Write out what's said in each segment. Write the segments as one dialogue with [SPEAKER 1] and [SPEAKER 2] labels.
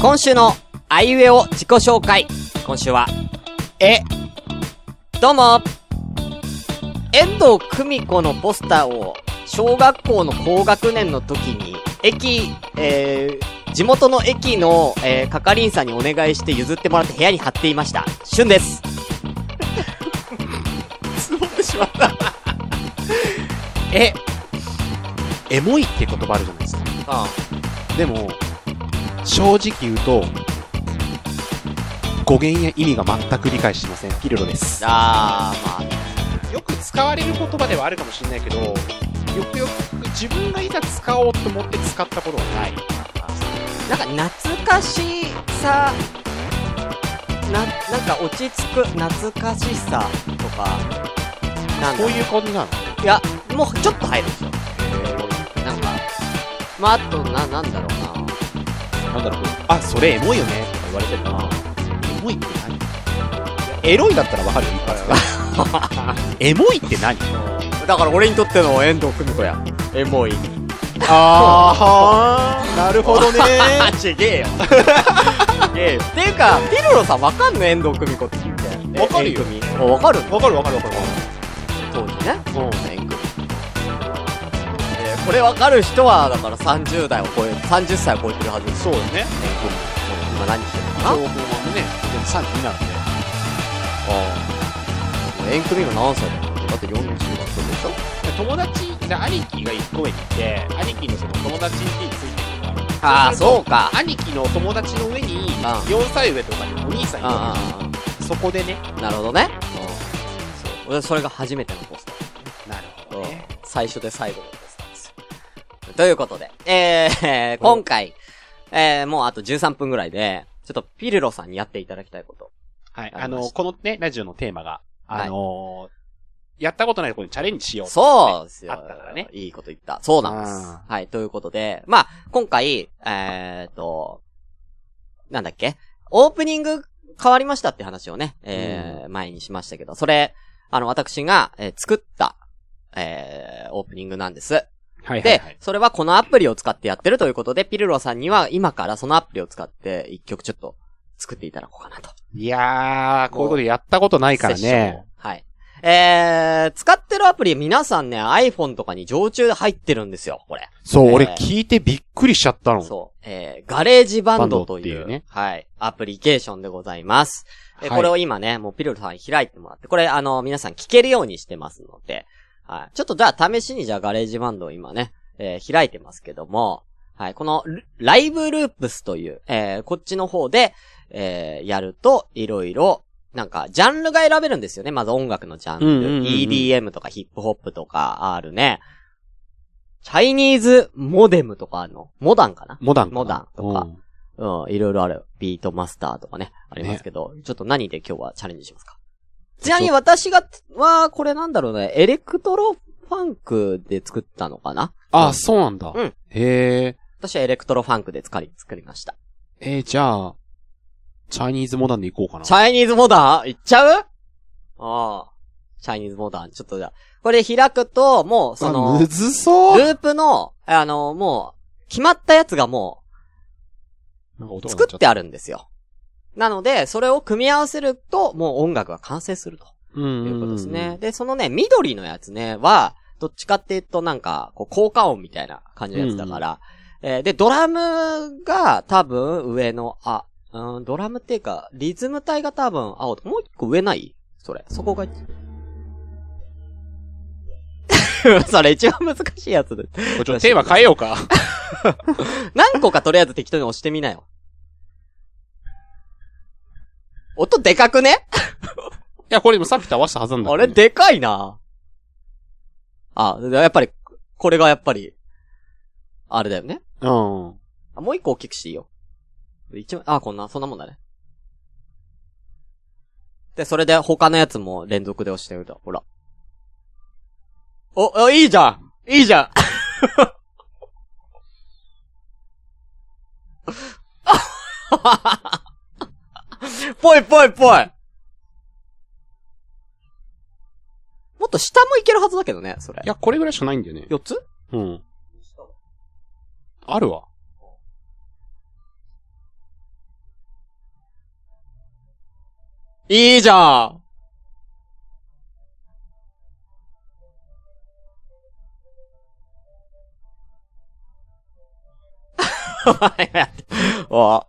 [SPEAKER 1] 今週のあいうえお自己紹介。今週は、え、どうも、遠藤久美子のポスターを小学校の高学年の時に、駅、えー、地元の駅の、えー、係員さんにお願いして譲ってもらって部屋に貼っていました。しゅん です。つぼってしまった。え、
[SPEAKER 2] エモいって言葉あるじゃないですか。
[SPEAKER 1] あ
[SPEAKER 2] でも、正直言うと、語源や意味が全く理解してません。ピルロです。
[SPEAKER 1] あー、ま
[SPEAKER 2] よく使われる言葉ではあるかもしれないけど、よくよく自分がいざ使おうと思って使ったことはない。
[SPEAKER 1] あ、なんか懐かしさ、な、なんか落ち着く懐かしさとか、なんだ
[SPEAKER 2] こういう感じなの
[SPEAKER 1] いや、もうちょっと入るんですよ。なんか、まあ、あと、な、なんだろうな。
[SPEAKER 2] なんだろう、あ、それエモいよねとか言われてるな。エモいって何エロいだったらわかるよ、一発が。 エモいって何
[SPEAKER 1] だから俺にとっての遠藤久美子や。エモい。
[SPEAKER 2] あー、 なるほどね。
[SPEAKER 1] あ、ちげえ よ。ちげえよ。っていうか、ピルロさんわかんの遠藤久美子って言って。
[SPEAKER 2] わかるよ
[SPEAKER 1] 遠久美あわかる
[SPEAKER 2] わかるわかるわかる。
[SPEAKER 1] 当時ね。
[SPEAKER 2] うん。
[SPEAKER 1] 遠久美子。えーこれわかる人は、だから30代を超え、30歳を超えてるはずです。
[SPEAKER 2] そうよね。
[SPEAKER 1] 遠藤久美子。今何してるのかな
[SPEAKER 2] 僕もね、32なんで。
[SPEAKER 1] 遠久美子何歳だよ。だって40だったでしょ
[SPEAKER 2] 友達、兄貴が一個上にいて、兄貴のその友達についてるから。
[SPEAKER 1] ああ、そうか。
[SPEAKER 2] 兄貴の友達の上に、
[SPEAKER 1] あ
[SPEAKER 2] 4歳上とかにお兄さんいるわ
[SPEAKER 1] ああ
[SPEAKER 2] けそこでね。
[SPEAKER 1] なるほどね。そう。俺、それが初めてのポス
[SPEAKER 2] なる
[SPEAKER 1] ター。最初で最後のポスターですよ。ということで、えー、今回、えー、もうあと13分ぐらいで、ちょっとピルロさんにやっていただきたいこと。
[SPEAKER 2] はい。
[SPEAKER 1] あ
[SPEAKER 2] あ
[SPEAKER 1] りま
[SPEAKER 2] の、
[SPEAKER 1] した
[SPEAKER 2] このね、ラジオのテーマが、
[SPEAKER 1] はい
[SPEAKER 2] あのー、やったことないことにチャレンジしよう。
[SPEAKER 1] そうですよ。
[SPEAKER 2] あったからね
[SPEAKER 1] いいこと言った。そうなんで
[SPEAKER 2] うん
[SPEAKER 1] す。はい、ということで、まあ、今回、えーと、なんだっけオープニング変わりましたって話をね、えー前にしましたけど、それ、あの、私が、えー作った、えー、オープニングなんです。
[SPEAKER 2] はいはい
[SPEAKER 1] で
[SPEAKER 2] はい、。
[SPEAKER 1] それはこのアプリを使ってやってるということで、ピルロさんには今からそのアプリを使って一曲ちょっと作っていただこうかなと。
[SPEAKER 2] いやー、こういうことやったことないから
[SPEAKER 1] セッション
[SPEAKER 2] ね
[SPEAKER 1] を。。はい。えー、使ってるアプリ皆さんね、iPhone とかに常駐で入ってるんですよ、これ。
[SPEAKER 2] そう、俺
[SPEAKER 1] えー
[SPEAKER 2] 聞いてびっくりしちゃったの。
[SPEAKER 1] そう。えー、ガレージバンドという
[SPEAKER 2] バンドっていうね
[SPEAKER 1] はい、アプリケーションでございます。え、
[SPEAKER 2] はい
[SPEAKER 1] これを今ね、もうピルルさん開いてもらって、これあの、皆さん聞けるようにしてますので、はい。ちょっとじゃあ試しにじゃあガレージバンドを今ね、えー開いてますけども、はい、このルライブループスという、えーこっちの方で、えーやると、いろいろ、なんか、ジャンルが選べるんですよね。まず音楽のジャンル。
[SPEAKER 2] うんうんうんうん
[SPEAKER 1] EDM とかヒップホップとかあるね。チャイニーズモデムとかあるのモダンかな
[SPEAKER 2] モダンかな。
[SPEAKER 1] モダンとか
[SPEAKER 2] うん
[SPEAKER 1] うん、いろいろある。ビートマスターとかね、ありますけど、ちょっと何で今日はチャレンジしますかちなみに私が、は、これなんだろうね、エレクトロファンクで作ったのかな
[SPEAKER 2] あ、そうなんだ。
[SPEAKER 1] うん
[SPEAKER 2] へー
[SPEAKER 1] 私はエレクトロファンクで作り、作りました。
[SPEAKER 2] えー、じゃあ、チャイニーズモダンでいこうかな。
[SPEAKER 1] チャイニーズモダンいっちゃうああ。チャイニーズモダン。ちょっとじゃあ、これ開くと、もう、そ
[SPEAKER 2] あ
[SPEAKER 1] の、
[SPEAKER 2] む
[SPEAKER 1] ル
[SPEAKER 2] ずそう
[SPEAKER 1] ープの、あの、もう、決まったやつがも
[SPEAKER 2] なんか
[SPEAKER 1] う、
[SPEAKER 2] 音が鳴
[SPEAKER 1] 作
[SPEAKER 2] ちゃ
[SPEAKER 1] ってあるんですよ。なので、それを組み合わせると、もう音楽が完成すると。
[SPEAKER 2] う
[SPEAKER 1] と
[SPEAKER 2] んん
[SPEAKER 1] い
[SPEAKER 2] ん
[SPEAKER 1] うことですね。
[SPEAKER 2] ん。
[SPEAKER 1] で、そのね、緑のやつね、は、どっちかっていうとなんか、こう、効果音みたいな感じのやつだから、えーで、ドラムが多分上の、あ、うん、ドラムっていうか、リズム体が多分青、もう一個上ないそれ、そこが、 それ一番難しいやつで。
[SPEAKER 2] これちょっとテーマ変えよ うか。
[SPEAKER 1] 何個かとりあえず適当に押してみなよ。音でかくね
[SPEAKER 2] いや、これ今さっきと合わせたはずなんだ
[SPEAKER 1] あ
[SPEAKER 2] けど
[SPEAKER 1] れ、でかいな。あ、やっぱり、これがやっぱり、あれだよね。
[SPEAKER 2] うん。
[SPEAKER 1] あもう一個大きくしていいよ。一番、あ、こんな、そんなもんだね。で、それで他のやつも連続で押してると。ほら。お、おいいじゃんいいじゃんぽいぽいぽいもっと下もいけるはずだけどね、それ
[SPEAKER 2] い。や、これぐらいしかないんだよね。
[SPEAKER 1] 4つ
[SPEAKER 2] うん。あるわ。
[SPEAKER 1] いいじゃん お前やってお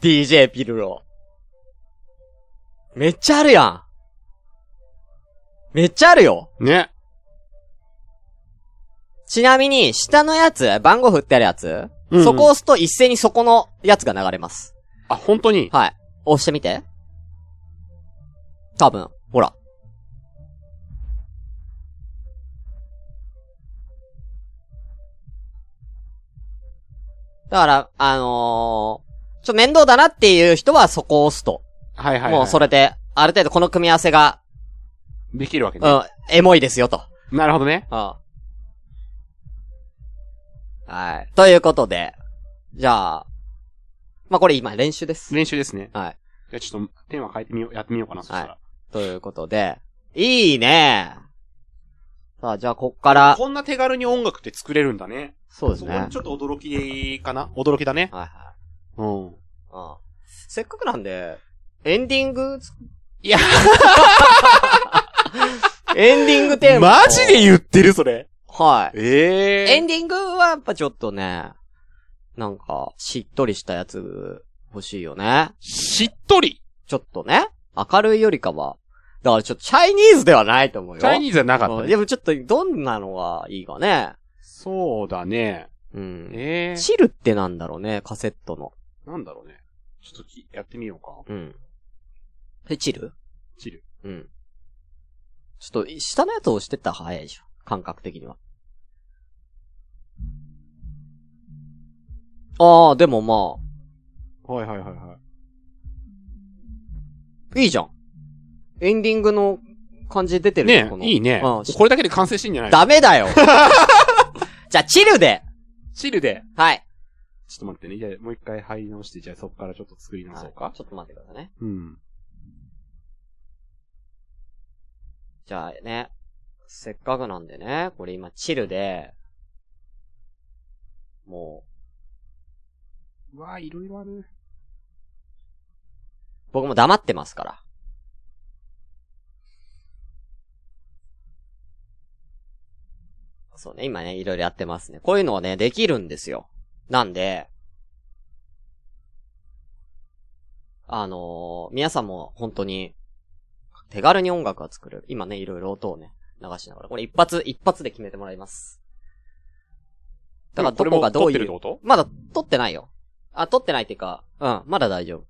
[SPEAKER 1] DJ ピルロ。めっちゃあるやん。めっちゃあるよ。
[SPEAKER 2] ね。
[SPEAKER 1] ちなみに、下のやつ、番号振ってあるやつ、
[SPEAKER 2] うんうん
[SPEAKER 1] そこを押すと一斉にそこのやつが流れます。
[SPEAKER 2] あ、本当に。
[SPEAKER 1] はい。押してみて。多分、ほら。だから、あのー、ちょ、面倒だなっていう人はそこを押すと。
[SPEAKER 2] はいはい、はい。
[SPEAKER 1] もうそれで、ある程度この組み合わせが、
[SPEAKER 2] できるわけ
[SPEAKER 1] う
[SPEAKER 2] ね。
[SPEAKER 1] ん、エモいですよと。
[SPEAKER 2] なるほどね。
[SPEAKER 1] うん。はい。ということで、じゃあ、まあ、これ今練習です。
[SPEAKER 2] 練習ですね。
[SPEAKER 1] はい。
[SPEAKER 2] じゃあちょっと、テーマ変えてみよう、やってみようかな、そしたら。
[SPEAKER 1] ということで、いいねさあ、じゃあ、こっから、
[SPEAKER 2] こんな手軽に音楽って作れるんだね。
[SPEAKER 1] そうですね。
[SPEAKER 2] こ
[SPEAKER 1] はい
[SPEAKER 2] にちょっと驚きかな驚きだね。
[SPEAKER 1] はい。
[SPEAKER 2] うん。
[SPEAKER 1] うん。せっかくなんで、エンディング
[SPEAKER 2] いや、
[SPEAKER 1] エンディングテーマ。
[SPEAKER 2] マジで言ってる、それ。
[SPEAKER 1] はい。
[SPEAKER 2] え
[SPEAKER 1] エ
[SPEAKER 2] え
[SPEAKER 1] ンディングはやっぱちょっとね、なんか、しっとりしたやつ欲しいよね。
[SPEAKER 2] しっとり。
[SPEAKER 1] ちょっとね、明るいよりかは。だからちょっとチャイニーズではないと思うよ。
[SPEAKER 2] チャイニーズはなかった
[SPEAKER 1] うん
[SPEAKER 2] ね、
[SPEAKER 1] でもちょっと、どんなのがいいかね。
[SPEAKER 2] そうだね。
[SPEAKER 1] うん。
[SPEAKER 2] ええ
[SPEAKER 1] チルってなんだろうね、カセットの。
[SPEAKER 2] なんだろうね。ちょっときやってみようか。
[SPEAKER 1] うん。え、チル
[SPEAKER 2] チル。
[SPEAKER 1] うん。ちょっと、下のやつ押してったら早いでしょ。感覚的には。ああ、でもま
[SPEAKER 2] はいはいはいは
[SPEAKER 1] あ、いいじゃん。エンディングの感じ出て
[SPEAKER 2] い。
[SPEAKER 1] るよ
[SPEAKER 2] ね
[SPEAKER 1] この
[SPEAKER 2] え、いいね。
[SPEAKER 1] うん
[SPEAKER 2] こ。れだけで完成してんじゃない
[SPEAKER 1] ダメだよ。 じゃあ、チルで。
[SPEAKER 2] チルで。
[SPEAKER 1] はい。
[SPEAKER 2] ちょっと待ってね。じゃあもう一回入り直して、じゃあそこからちょっと作り直そうか。
[SPEAKER 1] ちょっと待ってくださいね。
[SPEAKER 2] うん。
[SPEAKER 1] じゃあね、せっかくなんでね、これ今チルで、も
[SPEAKER 2] うわあ、いろいろある。
[SPEAKER 1] う、僕も黙ってますから。そうね、今ね、いろいろやってますね。こういうのはね、できるんですよ。なんで、あのー皆さんも本当に、手軽に音楽が作れる。今ね、いろいろ音をね、流しながら。これ一発、一発で決めてもらいます。だからどこがどう
[SPEAKER 2] で
[SPEAKER 1] い
[SPEAKER 2] も
[SPEAKER 1] う
[SPEAKER 2] これも撮ってるってこと
[SPEAKER 1] まだ撮ってないよ。あ、撮ってないっていうか、うん、まだ大丈夫。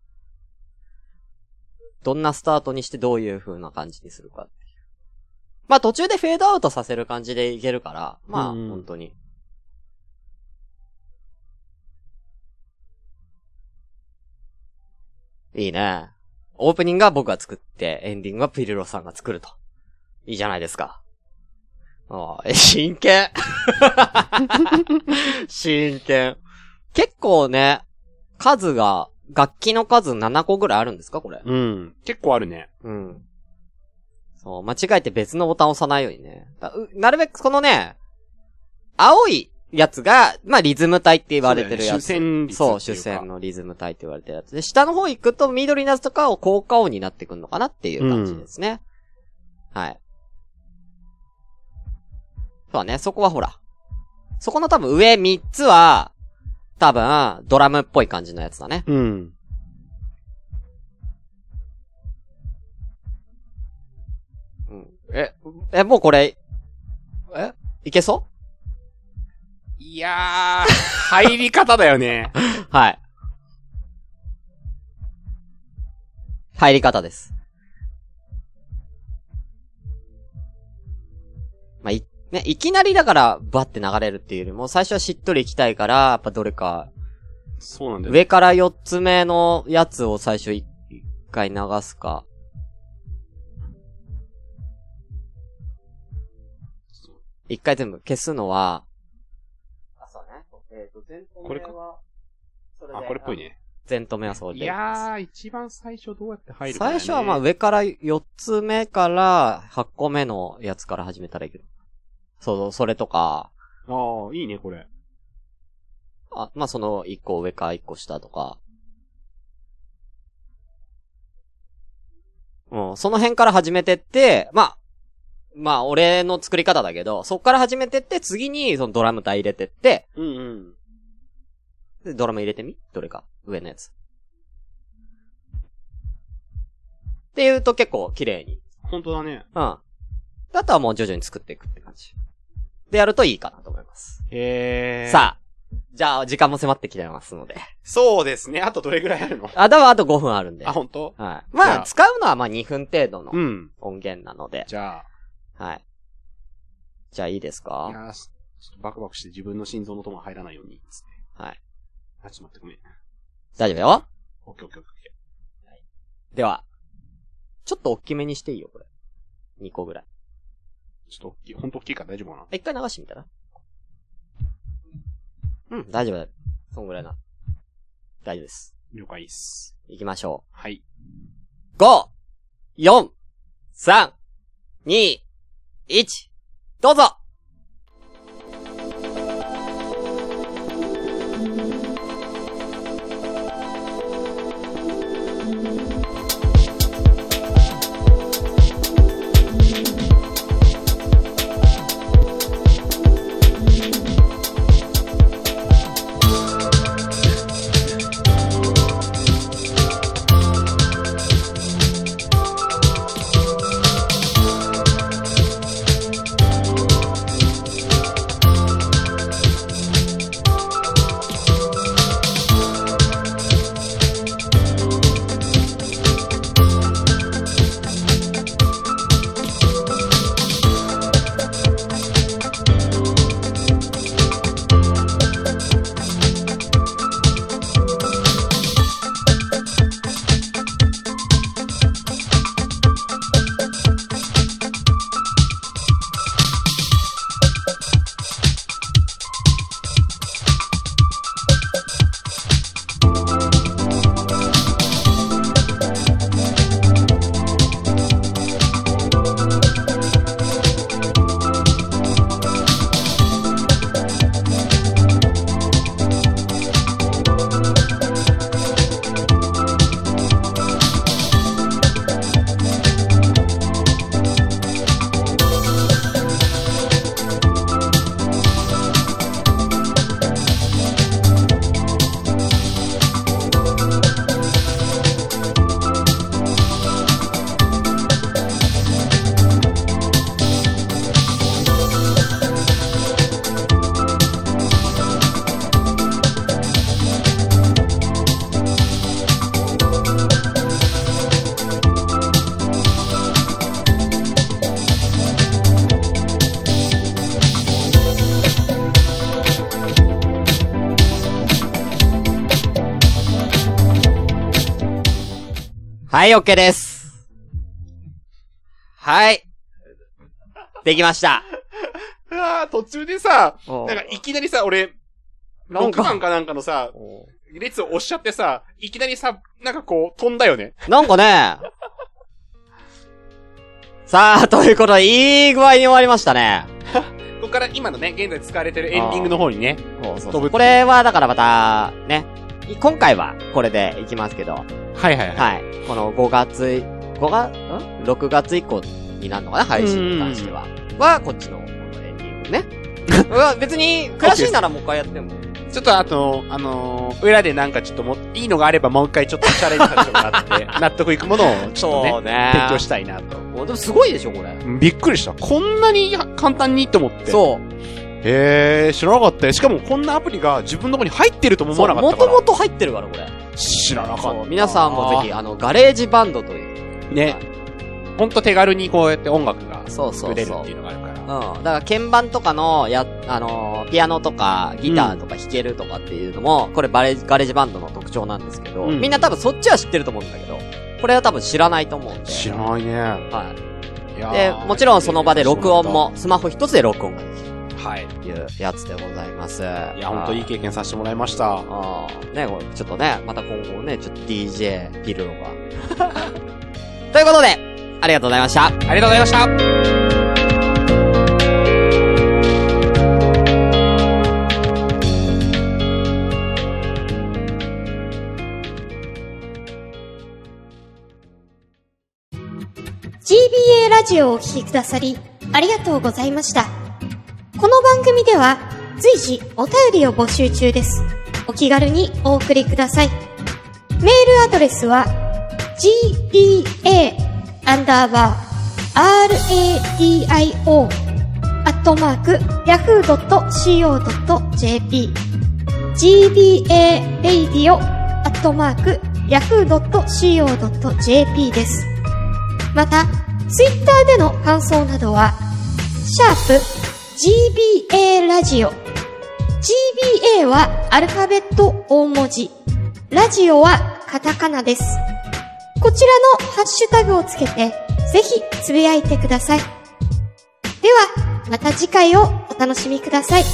[SPEAKER 1] どんなスタートにしてどういう風な感じにするかっていう。まあ途中でフェードアウトさせる感じでいけるから、まあ、
[SPEAKER 2] うんうん
[SPEAKER 1] 本当に。いいね。オープニングは僕が作って、エンディングはピルロさんが作ると。いいじゃないですか。ああ、え真剣 真剣。結構ね、数が、楽器の数7個ぐらいあるんですかこれ。
[SPEAKER 2] うん。結構あるね。
[SPEAKER 1] うん。そう、間違えて別のボタンを押さないようにね。だうなるべくこのね、青いやつが、まあ、リズム体って言われてるやつ。
[SPEAKER 2] そうだよね主旋律っていうか
[SPEAKER 1] そう、主戦のリズム体って言われてるやつ。で、下の方行くと緑のやつとかを効果音になってくるのかなっていう感じですね。はい。そうだね、そこはほら。そこの多分上3つは、多分、ドラムっぽい感じのやつだね。
[SPEAKER 2] うん。
[SPEAKER 1] うん。え、え、もうこれ、えいけそ
[SPEAKER 2] いやー、入り方だ よね。
[SPEAKER 1] うはい。入り方です。まあ、い、ね、いきなりだから、バって流れるっていうよりも、最初はしっとりいきたいから、やっぱどれか、
[SPEAKER 2] そうなんだよ。
[SPEAKER 1] 上から4つ目のやつを最初一一回流すか。一回全部消すのは、あ、そうね。えっ、と、全
[SPEAKER 2] これかあ、これっぽい。ね。
[SPEAKER 1] 全止めはそれ
[SPEAKER 2] い
[SPEAKER 1] で。
[SPEAKER 2] やー、一番最初どうやって入るかだよ
[SPEAKER 1] 最初
[SPEAKER 2] ね
[SPEAKER 1] はまあ、上から4つ目から8個目のやつから始めたらいいけど。そうそう、それとか、
[SPEAKER 2] ああ、いいね、これ。
[SPEAKER 1] あ、まあその1個上か1個下とか。うん、その辺から始めてって、まあ、まあ、俺の作り方だけど、そっから始めてって、次に、そのドラム体入れてって、
[SPEAKER 2] うんうん。
[SPEAKER 1] でドラム入れてみどれか上のやつ。っていうと結構綺麗に。
[SPEAKER 2] 本当だね。
[SPEAKER 1] うん。であとはもう徐々に作っていくって感じ。でやるといいかなと思います。
[SPEAKER 2] へえ。
[SPEAKER 1] さ
[SPEAKER 2] あ。
[SPEAKER 1] あ、じゃあ時間も迫ってきてますので。
[SPEAKER 2] そうですね。あとどれぐらいあ るの
[SPEAKER 1] あ、だはあと5分あるんで。
[SPEAKER 2] あ、
[SPEAKER 1] はい。
[SPEAKER 2] 本当？じ
[SPEAKER 1] ま
[SPEAKER 2] ゃ
[SPEAKER 1] あ、
[SPEAKER 2] あ
[SPEAKER 1] 使うのはまあ2分程度の
[SPEAKER 2] うん。
[SPEAKER 1] 音源なので。
[SPEAKER 2] じゃ
[SPEAKER 1] はい。じゃあいいです
[SPEAKER 2] あ、
[SPEAKER 1] か
[SPEAKER 2] いやーちょっとバクバクして自分の心臓のとも入らないように、つって。
[SPEAKER 1] はい。
[SPEAKER 2] あ、ちょっと待って、ごめん。
[SPEAKER 1] 大丈夫だよ。
[SPEAKER 2] オッケーオッケーオッケ
[SPEAKER 1] では、ちょっと大きめにしていいよ、これ。2個ぐらい。
[SPEAKER 2] ー。ちょっと大きい、ほんと大きいから大丈夫かな
[SPEAKER 1] 一回流してみたらうん、大丈夫だよ。そんぐらいな。大丈夫です。
[SPEAKER 2] 了解っす。
[SPEAKER 1] 行きましょ
[SPEAKER 2] はい。
[SPEAKER 1] う。5、4、3、2、1、どうぞはい、OK です。はい。できました。
[SPEAKER 2] あー、途中でさ、
[SPEAKER 1] おう
[SPEAKER 2] なんかいきなりさ、俺、
[SPEAKER 1] なん
[SPEAKER 2] 6
[SPEAKER 1] か
[SPEAKER 2] 番かなんかのさ、
[SPEAKER 1] おう
[SPEAKER 2] 列を押しちゃってさ、いきなりさ、なんかこう、飛んだよね。
[SPEAKER 1] なんかね。さあ、ということで、いい具合に終わりましたね。
[SPEAKER 2] ここから今のね、現在使われてるエンディングの方にね。
[SPEAKER 1] そうそう
[SPEAKER 2] 飛ぶ
[SPEAKER 1] これは、だからまた、ね。い今回は、これでいきますけど、は
[SPEAKER 2] はいはい
[SPEAKER 1] い。
[SPEAKER 2] い。
[SPEAKER 1] この5月い、5月、ん ?6 月以降になるのかな配信に関しては。は、こっちの、このエンディング ね。うわ別に、悔しいならもう一回やっても。
[SPEAKER 2] ちょっとあと、あのー裏でなんかちょっとも、いいのがあればもう一回ちょっとチャレンジさせてもらって、 納得いくものをちょっ
[SPEAKER 1] そ
[SPEAKER 2] と
[SPEAKER 1] う
[SPEAKER 2] ね、
[SPEAKER 1] ね
[SPEAKER 2] 提供したいなと。
[SPEAKER 1] おでもすごいでしょ、これ。
[SPEAKER 2] びっくりした。こんなに簡単にと思って。う。
[SPEAKER 1] そう。
[SPEAKER 2] へえ、知らなかったよ。しかもこんなアプリが自分のとこに入ってるとも思
[SPEAKER 1] そ
[SPEAKER 2] わ
[SPEAKER 1] う、
[SPEAKER 2] なか
[SPEAKER 1] も
[SPEAKER 2] ったか
[SPEAKER 1] と
[SPEAKER 2] ら。
[SPEAKER 1] もと入ってるから、これ。
[SPEAKER 2] 知らなかった
[SPEAKER 1] そう。皆さんもぜひ、あの、ガレージバンドという。
[SPEAKER 2] ひ。ね。ほんと手軽にこうやって音楽が
[SPEAKER 1] そうそ
[SPEAKER 2] 作
[SPEAKER 1] う
[SPEAKER 2] れる
[SPEAKER 1] そ
[SPEAKER 2] っ
[SPEAKER 1] う
[SPEAKER 2] てい。うのがあるか
[SPEAKER 1] う
[SPEAKER 2] ら。
[SPEAKER 1] ん。だから鍵盤とかの、や、あのーピアノとか、ギターとか弾けるとかっていうのも、これバレ、ガレージバンドの特徴なんですけど、
[SPEAKER 2] うん
[SPEAKER 1] みんな多分そっちは知ってると思うんだけど、これは多分知らないと思うんで。
[SPEAKER 2] 知らないね。
[SPEAKER 1] はい。
[SPEAKER 2] いや
[SPEAKER 1] で
[SPEAKER 2] ー、
[SPEAKER 1] もちろんその場で録音も、スマホ一つで録音ができる
[SPEAKER 2] はい。
[SPEAKER 1] というやつでございます。い
[SPEAKER 2] いや、ほんといい経験させてもらいました。
[SPEAKER 1] ああ、ね、これちょっとね、また今後ね、ちょっと DJ ピルロが。 ということで、ありがとうございました。
[SPEAKER 2] ありがとうございました。
[SPEAKER 3] 名ラジオをお聴きくださり、ありがとうございました。この番組では、随時お便りを募集中です。お気軽にお送りください。メールアドレスは、gba, アンダーバー、radio, アットマーク、yahoo.co.jp gba-radio-yahoo.co.jp です。また、ツイッターでの感想などは、シャープ gba ラジオ。gba はアルファベット大文字。ラジオはカタカナです。こちらのハッシュタグをつけて、ぜひつぶやいてください。では、また次回をお楽しみください。